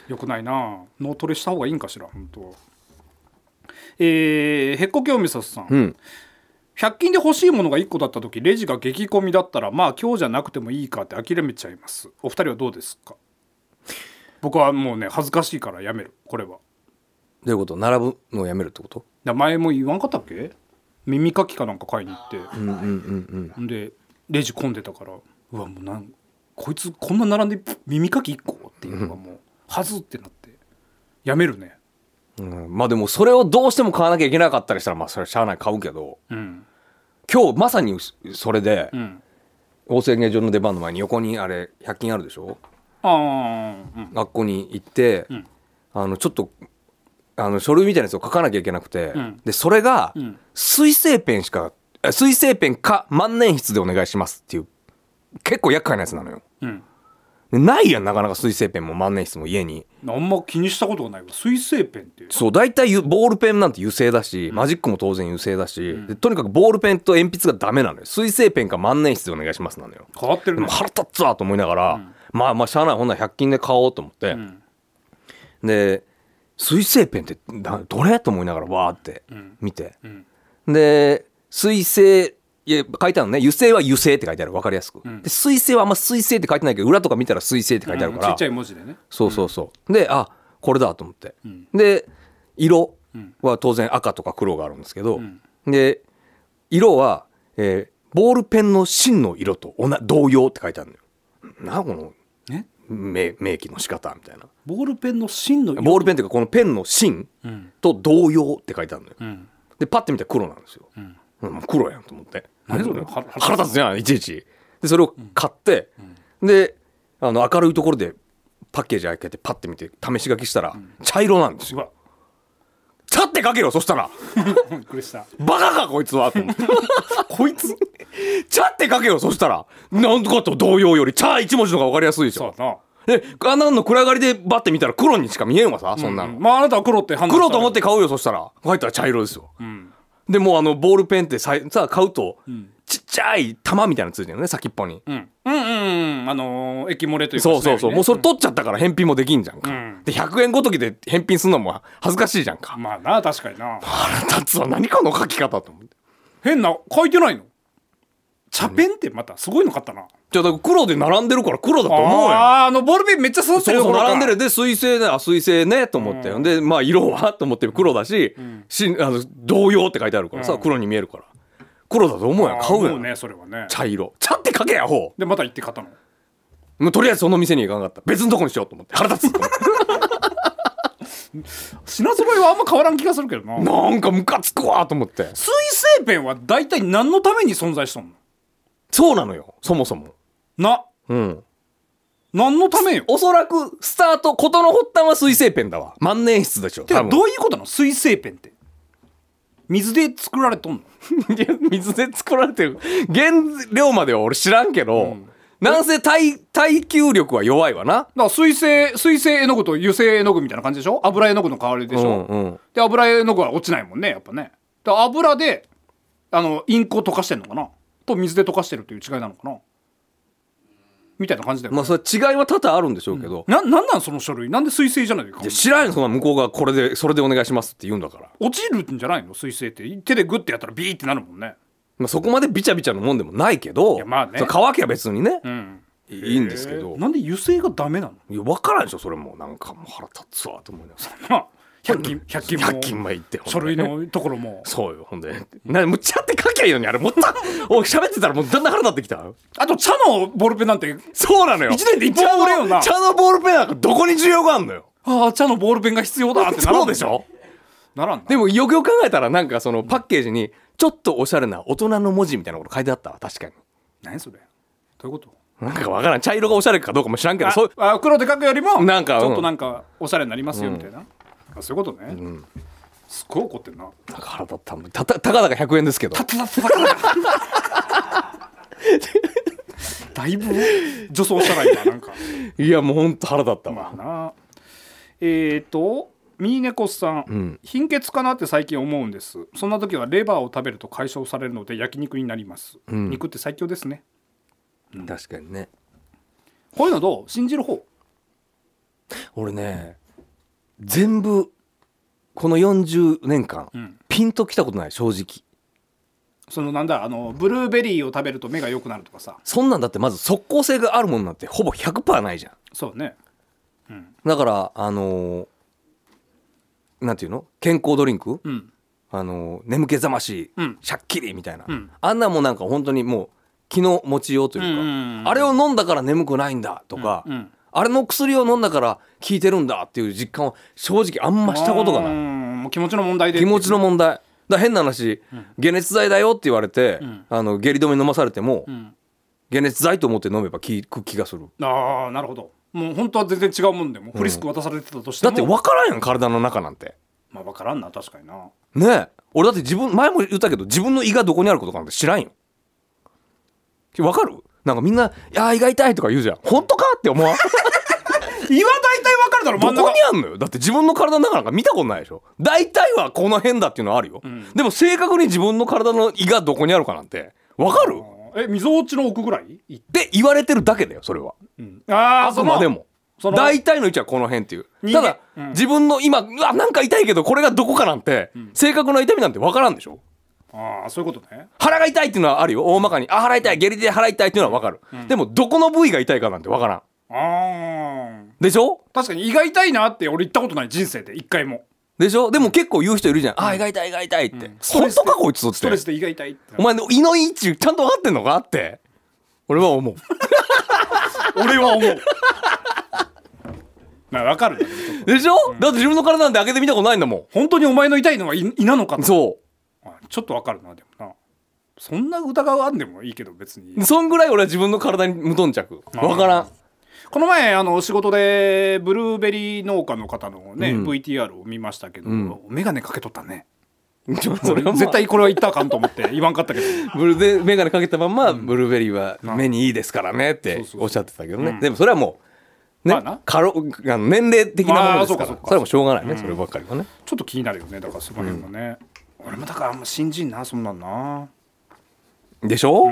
よくないな脳トレした方がいいんかしら本当えー、へっこきおみさすさん、
うん
100均で欲しいものが1個だった時レジが激混みだったらまあ今日じゃなくてもいいかって諦めちゃいますお二人はどうですか僕はもうね恥ずかしいからやめるこれは
どういうこと並ぶのをやめるってこと
だ前も言わんかったっけ耳かきかなんか買いに行って、でレジ混んでたからうわもうなんこいつこんな並んでぷ耳かき1個っていうのがもうはずってなってやめるね
うん、まあでもそれをどうしても買わなきゃいけなかったりしたらまあそれはしゃあない買うけど
うん
今日まさにそれで、
うん
大成芸場の出番の前に横にあれ100均あるでしょ
ああうん
学校に行って、
ん
あのちょっとあの書類みたいなやつを書かなきゃいけなくて、
うん
でそれが、
ん
水性ペンしかあ水性ペンか万年筆でお願いしますっていう結構厄介なやつなのよ
うん
でないやんなかなか水性ペンも万年筆も家に
あんま気にしたことがないわ水性ペンっていう
そう大体ゆボールペンなんて油性だし、マジックも当然油性だし、でとにかくボールペンと鉛筆がダメなのよ水性ペンか万年筆でお願いしますなのよ
変わってる
で
ね
も腹立つわと思いながら、まあまあしゃあないほんなら100均で買おうと思って、
ん
で水性ペンってなどれと思いながらわーって
ん
見て、
ん
で水性いや書いてあるのね油性は油性って書いてある分かりやすく、
ん
で水性はあんま水性って書いてないけど裏とか見たら水性って書いてあるから、
うんちっちゃい文字でね
そうそうそう、であこれだと思って、
ん
で色は当然赤とか黒があるんですけど、
ん
で色は、えーボールペンの芯の色と同じ同様って書いてあるのよなこの
ね
明明記の仕方みたいな
ボールペンの芯の色
ボールペンっていうかこのペンの芯
うん
と同様って書いてあるのよ、
うん
でパッて見たら黒なんですよ、
ん
うん黒やんと思って
何それ
腹腹立つじゃんいちいちでそれを買って、であの明るいところでパッケージ開けてパッて見て試し書きしたら、茶色なんです
う
よ
わ
立って書けろそしたら
びっくりした
バカかこいつはと思って こいつ茶って書けよそしたらなんとかと同様より茶一文字の方が分かりやすいでし
そう
ょ
だな
であんなの暗がりでバッて見たら黒にしか見えんわさそんなの、
まああなたは黒って判断
黒と思って
た
買うよそしたら入ったら茶色ですよ
けどうん
でもうあのボールペンってささ買うとちっちゃい玉みたいなのついてるのね先っぽに、
うん、うんうんうんあのー液漏れというか
そうそうそ
しな
う、も
いう
それ取っちゃったから返品もできんじゃんか、
うん
で100円ごときで返品するのも恥ずかしいじゃんか、
ようにまあな確かにな
腹立つわ何この書き方と思って
変な書いてないの茶ペンってまたすごいの買ったな
じゃあだから黒で並んでるから黒だと
あ
思うよ
あーあのボールペンめっちゃ刺さって
そ
る
うそう
ところか
並んでるで水性ねあ水性ねと思って、でまあ色はと思って黒だし,、しあの同様って書いてあるからさ、黒に見えるから黒だと思うやん
あー
買うや
も
ん、
ねそれはね
茶色茶って書けやほう
でまた行って買ったの
もうとりあえずその店に行かなかった別のとこにしようと思って腹立つ
品揃えはあんま変わらん気がするけどな
なんかムカつくわと思って
水性ペンは大体何のために存在しとんの
そうなのよそもそも
な
うん
何のためよ
おそらくスタート事の発端は水性ペンだわ万年筆でしょ
て
多
か
分
どういうことなの水性ペンって水で作られとんの
いや水で作られてる原料までは俺知らんけど、なんせ耐耐久力は弱いわな、
だから水性水性絵の具と油性絵の具みたいな感じでしょ油絵の具の代わりでしょ、
うんうん
で油絵の具は落ちないもんねやっぱねだから油であのインクを溶かしてんのかなと水で溶かしてるという違いなのかなみたいな感じだよ、
まあそれ違いは多々あるんでしょうけど、
ななんなんその書類なんで水性じゃないの
いや知らんよそんな向こうがこれでそれでお願いしますって言うんだから、
落ちるんじゃないの水性って手でグッてやったらビーってなるもんね
まあ、そこまでビチャビチャのもんでもないけど
いやまあね
それ乾きは別にね、
ん
いいんですけど、
なんで油性がダメなの
いや分からんでしょそれもなんかもう腹立つわと思いながら
ま あ100均100均も
100均前行ってほんで
書類のところも
そうよほんでなむっちゃって書きゃいいのにあれもったおい喋ってたらもうだんだん腹立ってきた
あと茶のボールペンなんて
そうなのよ
一年で一番売れよな
茶の茶のボールペンなんかどこに需要があんのよ
ああ茶のボールペンが必要だってならん
そうでしょ
ならんな
でもよくよく考えたらなんかそのパッケージにちょっとおしゃれな大人の文字みたいなこと書いてあったわ確かに
何それどういうこと
なんかわからん茶色がおしゃれかどうかも知らんけどそう
ああ黒で書くよりも
なんか
ちょっ
う
と
ん
なんかおしゃれになりますよみたいな、あそういうことね、すっごい怒ってんな
なんか腹立ったもんたたたかだか100円ですけど
たたたただいぶ女装したらいいななんか
いやもうほんと腹立ったわ
なえー、とミーネコスさん、
ん
貧血かなって最近思うんですそんな時はレバーを食べると解消されるので焼肉になります、
ん
肉って最強ですね
確かにね
こういうのどう信じる方
俺ね全部この40年間、
ん
ピンときたことない正直
そのなんだあのブルーベリーを食べると目が良くなるとかさ
そんなんだってまず即効性があるもんなんてほぼ100%ないじゃん
そうね
だからあのーなんていうの健康ドリンク、
うん
あのー眠気覚まし、
うん
シャッキリみたいな、
うん
あんなんもなんか本当にもう気の持ちようというか、
うんうんうん
あれを飲んだから眠くないんだとか、
うんうん
あれの薬を飲んだから効いてるんだっていう実感は正直あんましたことがない
ないもう気持ちの問題で
気持ちの問題だから変な話、解熱剤だよって言われて、
ん
あの下痢止め飲まされても、
ん
解熱剤と思って飲めば効く気がする
ああなるほどもう本当は全然違うもんでもうフリスク渡されてたとして
だ
も、
って分からんやん体の中なんて
まあ分からんな確かにな
ねえ俺だって自分前も言ったけど自分の胃がどこにあることなんて知らんよ分かるなんかみんな「いやー胃が痛い」とか言うじゃん本当かって 思わん
胃は大体分かるだろ
ど
真
こ
ん
に
中
あんのよだって自分の体の中なんか見たことないでしょ大体はこの辺だっていうのはあるよ、でも正確に自分の体の胃がどこにあるかなんて分かるっ
え溝落ちの奥ぐらいい
て言われてるだけだよそれは
あ
あくまでも
その
大体の位置はこの辺っていう
人
た
間
だ、
うん
自分の今うわなんか痛いけどこれがどこかなんて、正確な痛みなんて分からんでしょ
ああそういうことね
腹が痛いっていうのはあるよ大まかにあ腹痛い下痢で腹痛いっていうのは分かる、でもどこの部位が痛いかなんて分からん
ああ
でしょ
確かに胃が痛いなって俺言ったことない人生で一回も
でしょでも結構言う人いるじゃん、ああ胃が痛い胃が痛いって、本当かこいつっ
ストレス
て
で胃が痛いって
お前の胃の位置ちゃんと分かってんのかって俺は思う
俺は思うまあ分かるんだけどちょっと
でしょ、だって自分の体なんて開けてみたことないんだも
本当にお前の痛いのは胃胃なのか
ん
と
そ
あちょっと分かるなでもなそんな疑わんでもいいけど別に
うそんぐらい俺は自分の体に無頓着分からん
この前あの仕事でブルーベリー農家の方のね、VTR を見ましたけど、眼鏡かけとったね
それはまあ
絶対これは言ったらあかんと思って言わんかったけど
ブルーで眼鏡かけたまんま、ブルーベリーは目にいいですからねっておっしゃってたけどね、でもそれはもう、ね
まあな
過労あの年齢的なもの
ま
ですから、
あそうかそうか
それはもうしょうがないね、そればっかりはね
ちょっと気になるよねだからその辺もね、俺もだからあんま信じんなそんなんな
でしょ、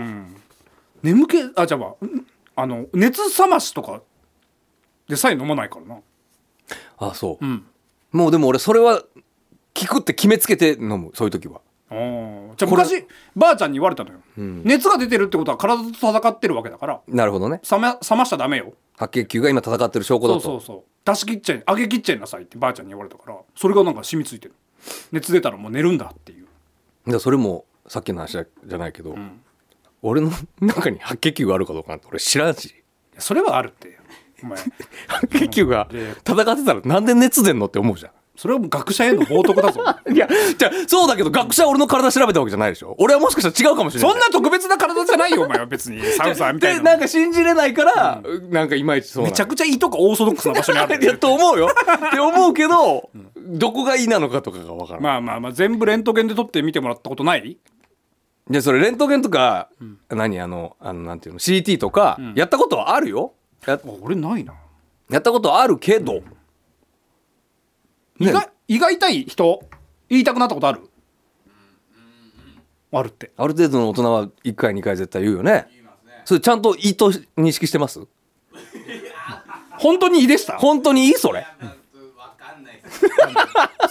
眠気あじゃあまあんあの熱冷ましとかでさえ飲まないからな
あそう、
ん
もうでも俺それは聞くって決めつけて飲むそういう時は
あーじゃあ昔ばあちゃんに言われたのよ、熱が出てるってことは体と戦ってるわけだから
なるほどね
冷ま冷ましちゃダメよ
白血球が今戦ってる証拠だ
そ
と
うそうそう出し切っちゃい揚げ切っちゃいなさいってばあちゃんに言われたからそれがなんか染みついてる熱出たらもう寝るんだっていう
だからそれもさっきの話じゃないけど、俺の中に白血球があるかどうかなんて俺知らんし
いやそれはあるってお前
白血球が戦ってたらなんで熱出んのって思うじゃん
それはもう学者への冒涜 だぞ
いや、じゃあそうだけど、学者は俺の体調べたわけじゃないでしょ。俺はもしかしたら違うかもしれない。
そんな特別な体じゃないよお前は別 にサウザーみたい
で、
な
なんか信じれないから、なんかいまいちそうな
め
の
ちゃくちゃいいとこオーソドックスな場所にある
いや、と思うよ。って思うけど、どこがいいなのかとかがわからない。
まあまあまあ全部レントゲンで撮って見てもらったことない
で、それ、レントゲンとか、何、あの、あの、なんていうの、CT とか、やったことはあるよ。や
あ俺ないな
やったことはあるけど、
胃が胃が痛い人言いたくなったことあるあるって
ある程度の大人は1回、2回絶対言うよね。それちゃんと意図認識してます
本当に胃でした
本当にいいそれ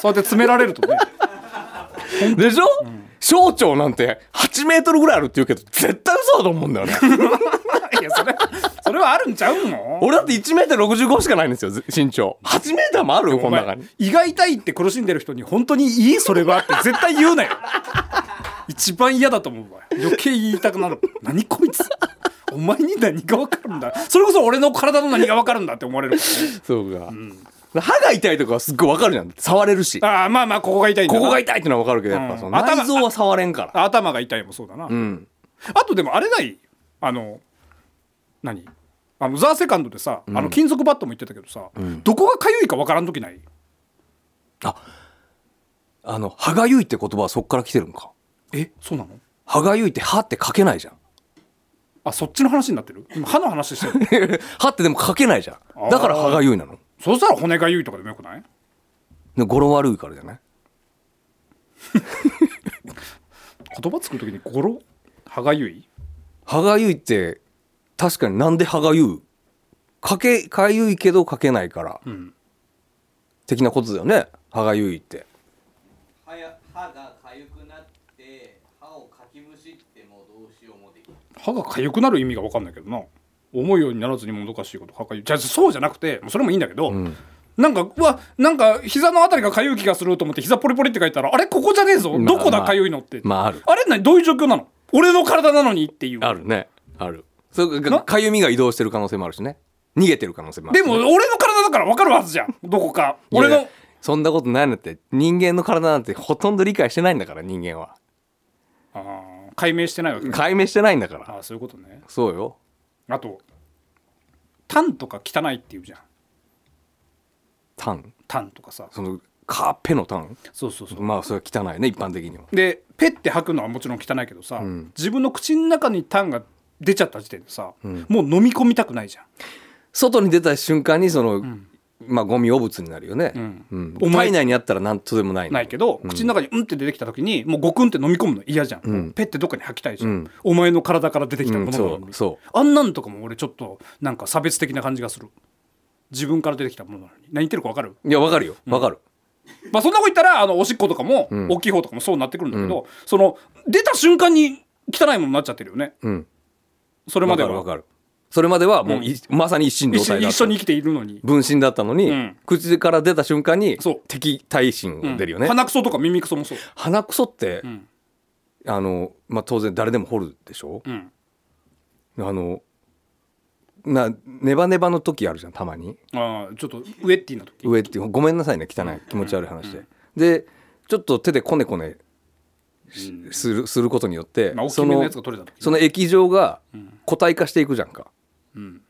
そうやって詰められる とね
でしょ、小腸なんて8メートルぐらいあるって言うけど絶対嘘だと思うんだよね
いやそれそれはあるんちゃうの
俺だって1メートル65しかないんですよず身長8メーターもあるよこ
お
の
前
中に
胃が痛いって苦しんでる人に本当にいいそれ はって絶対言うなよ一番嫌だと思うわ余計言いたくなる何こいつお前に何が分かるんだそれこそ俺の体の何が分かるんだって思われるか
そうか、歯が痛いとかはすっごいわかるじゃん触れるしこ
らね、ああまあまあここが痛いんだな
こが痛いってのはわかるけどやっぱその
うん頭
内臓は触れんから
頭が痛いもそうだな、
うん
あとでもあれないあの何あのザーセカンドでさ、あの金属バットも言ってたけどさ、どこが痒いか分からん時ない
あの歯がゆいって言葉はそっから来てるんか
えそうなの
歯がゆいって歯って書けないじゃん
あそっちの話になってる今歯の話して る
歯ってでも書けないじゃんだから歯がゆいなの
そうしたら骨が痒いとかでもよくない
で語呂悪いからじゃない
言葉作る時に語呂歯がゆい
歯がゆいって確かになんで歯がゆいかけかゆいけどかけないから、
ん
的なことだよね歯がゆいって
歯や歯が痒くなって歯をかきむしってもどうしようもできない
歯が痒くなる意味が分かんないけどな思うようにならずにもどかしいこと歯がゆいじゃあそうじゃなくてそれもいいんだけど、なんかうわなんか膝のあたりが痒い気がすると思って膝ポリポリって書いたらあれここじゃねえぞ、
まあ
どこだ痒いのって、
まあある
あれ何どういう状況なの俺の体なのにっていう
あるねあるそれ
な
がかゆみが移動してる可能性もあるしね逃げてる可能性もある
でも俺の体だから分かるはずじゃんどこか
いや
俺
いや
の
そんなことないのって人間の体なんてほとんど理解してないんだから人間は
あー解明してないわけ
解明してないんだから
ああそういうことね
そうよ
あと「タン」とか汚いっていうじゃん
タン
「タン」とかさ
そのカーペのタン
そうそうそう
まあそれは汚いね一般的には
でペッて吐くのはもちろん汚いけどさ、
ん
自分の口の中にタンが出ちゃった時点でさ、もう飲み込みたくないじゃん
外に出た瞬間にその、まあゴミ汚物になるよね、
ん
うん
お前
体内にあったら何とでもないの
ないけど、口の中にうんって出てきた時にもうゴクンって飲み込むの嫌じゃん、
ん
ペッてどっかに吐きたいじゃん、
うん
お前の体から出てきたものなのに、
うんそうそ
あんなんとかも俺ちょっとなんか差別的な感じがする自分から出てきたものなのに何言ってるか分かる
いやわかるよわかる、
まあそんなこと言ったらあのおしっことかも、
ん
大きい方とかもそうなってくるんだけど、その出た瞬間に汚いものになっちゃってるよね
うん
それ
わ
まで
か
は
るわかるそれまではもうい、まさに一心同
一緒
体だ
一
った
緒に生きているのに、
分身だったのに、
うん
口から出た瞬間に
そう
敵対心
うん
が出るよね、
鼻くそとか耳くそもそう、
鼻くそって、
ん
あの、まあ、当然誰でも掘るでしょ、
うん、
あのなネバネバの時あるじゃんたまに
ああちょっとウエッティな時
上っていうごめんなさいね汚い気持ち悪い話で、でちょっと手でこねこねしするすることによって、
まあ大き
そ
めの
の
やつが取れた時
その液状が固体化していくじゃんか
うん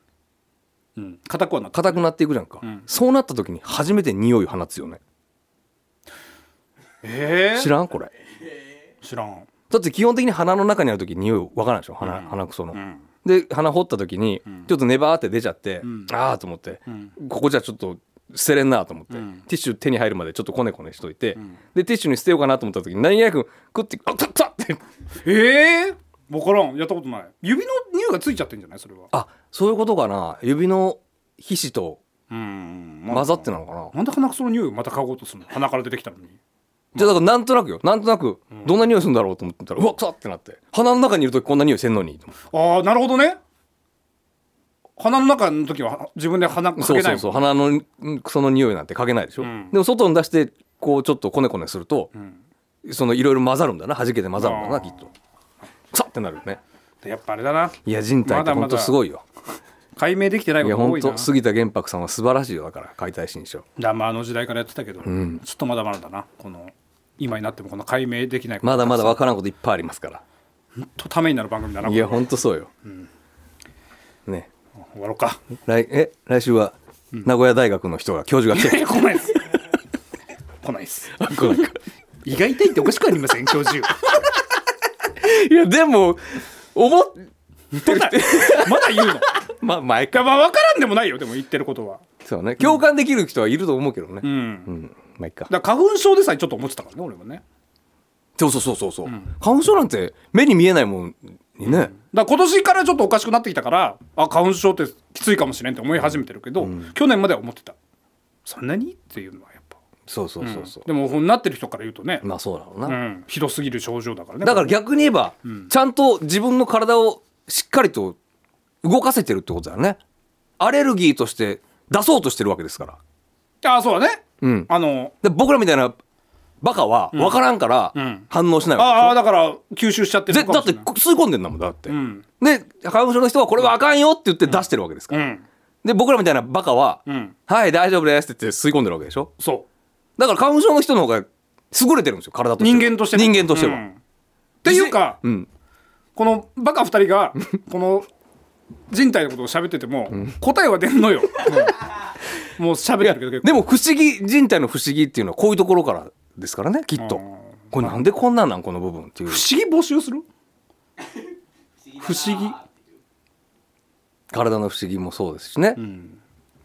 硬くはなった
硬くなっていくじゃんか、
ん
そうなった時に初めて匂いを放つよね
え
知らんこれ
知らん
だって基本的に鼻の中にある時に匂いわからないでしょ鼻,、鼻くその、
ん
で鼻掘った時にちょっとネバーって出ちゃって、ああと思って、ここじゃちょっと捨てれんなと思って、ティッシュ手に入るまでちょっとこねこねしといて、でティッシュに捨てようかなと思った時に何気なく食って「あたった!」って
ええ分からんやったことない指の匂いがついちゃってんじゃないそれは
あそういうことかな指の皮脂と
うん
混ざってなのかな
なんで鼻くその匂いをまた嗅ごうとするの鼻から出てきたのに
じゃあだからなんとなくよなんとなくどんな匂いするんだろうと思ってたら、うわっ臭っってなって鼻の中にいる時こんな匂いせんのにと思って
ああなるほどね鼻の中の時は自分で鼻か
そう
けな
そ
いう
そう
もん
鼻のうんその匂いなんて嗅げないでしょ、
ん
でも外に出してこうちょっとこねこねすると、
ん
そのいろいろ混ざるんだな弾けて混ざるんだ
あ
な
ー
きっと臭っってなるよね
やっぱあれだない
や人体ってほんとすごいよ
解明できてない
い
こ
や
とが多
本
いな
当杉田玄白さんは素晴らしいよだから解体新書
だまああの時代からやってたけど、ちょっとまだまだだなこの今になってもこの解明できないこと
まだまだ分
本
からんこといっぱいありますか
当ためになる番組だな
らいや
これ
本当そうよ、ね
終わろうか
来え来週は名古屋大学の人が教授が来て
来ないです来ないです 意外といっておかしくありません教授
いやでも思っ
まだ言うのい
まあ前か
やまあ分からんでもないよでも言ってることは
そうね共感できる人はいると思うけどね
う
うん、
ん
まあいっか
だから花粉症でさえちょっと思ってたからね俺もね
そうそうそうそうそう花粉症なんて目に見えないもんにね、
だから今年からちょっとおかしくなってきたからあ花粉症ってきついかもしれんって思い始めてるけど、去年までは思ってたそんなにっていうのはやっぱ
そうそうそうそう、
でもほんなってる人から言うとね、
まあそうだろうな、
うん、ひどすぎる症状だからね
だから逆に言えば、ちゃんと自分の体をしっかりと動かせてるってことだよねアレルギーとして出そうとしてるわけですから
ああそうだね、
うん
あの
で僕らみたいなバカは分からんから
ん
反応しない
ああ
わ
だから吸収しちゃって
けでし
る
ょ
のか
だ
も
っ
してれ
吸
ない
い込んでんだもんだって、
ん
で花粉症の人はこれはあかんよって言って出してるわけですから、
うん
で僕らみたいなバカは「
ん
はい大丈夫です」って言って吸い込んでるわけでしょ
そ
だから花粉症の人の方が優れてるんですよ体
う
として
人間としてね
人間としては、
うんっていうか、
うん
このバカ二人 がこの人体のことを喋ってても、答えは出んのよ、うんもう喋ってるけど
でも不思議人体の不思議っていうのはこういうところからですからねきっと
うん
これなんでこんなんなんこの部分っていう
不思議募集する不思議
体の不思議もそうですしね、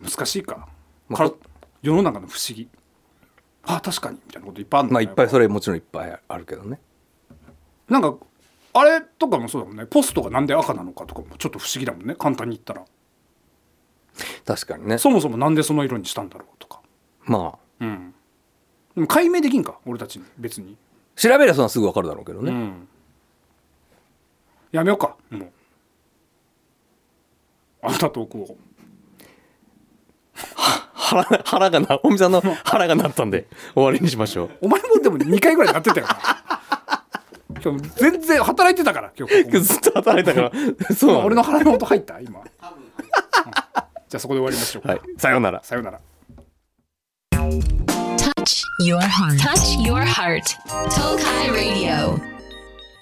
難しいか,、
まあ
から
こ
世の中の不思議あ確かにみたいなこといっぱいある
まあいっぱい
い
それもちろんいっぱいあるけどね
なんかあれとかもそうだもんねポストがなんで赤なのかとかもちょっと不思議だもんね簡単に言ったら
確かにね
そもそもなんでその色にしたんだろうとか
まあ
うんでも解明できんか俺たちに別に
調べりゃそんなすぐ分かるだろうけどね、
うんやめようかもうあなたトークを
腹腹がなおみさん の腹がなったんで終わりにしましょう
お前もでも2回ぐらいなってたよな 今日全然働いてたから今日こ こ
ずっと働いたから そうな
俺
俺
の
の
腹の音入った今うんじゃあそこで終わりましょうか、
はいさようなら
さようなら
Touch your heart. Touch your heart. Tokai Radio.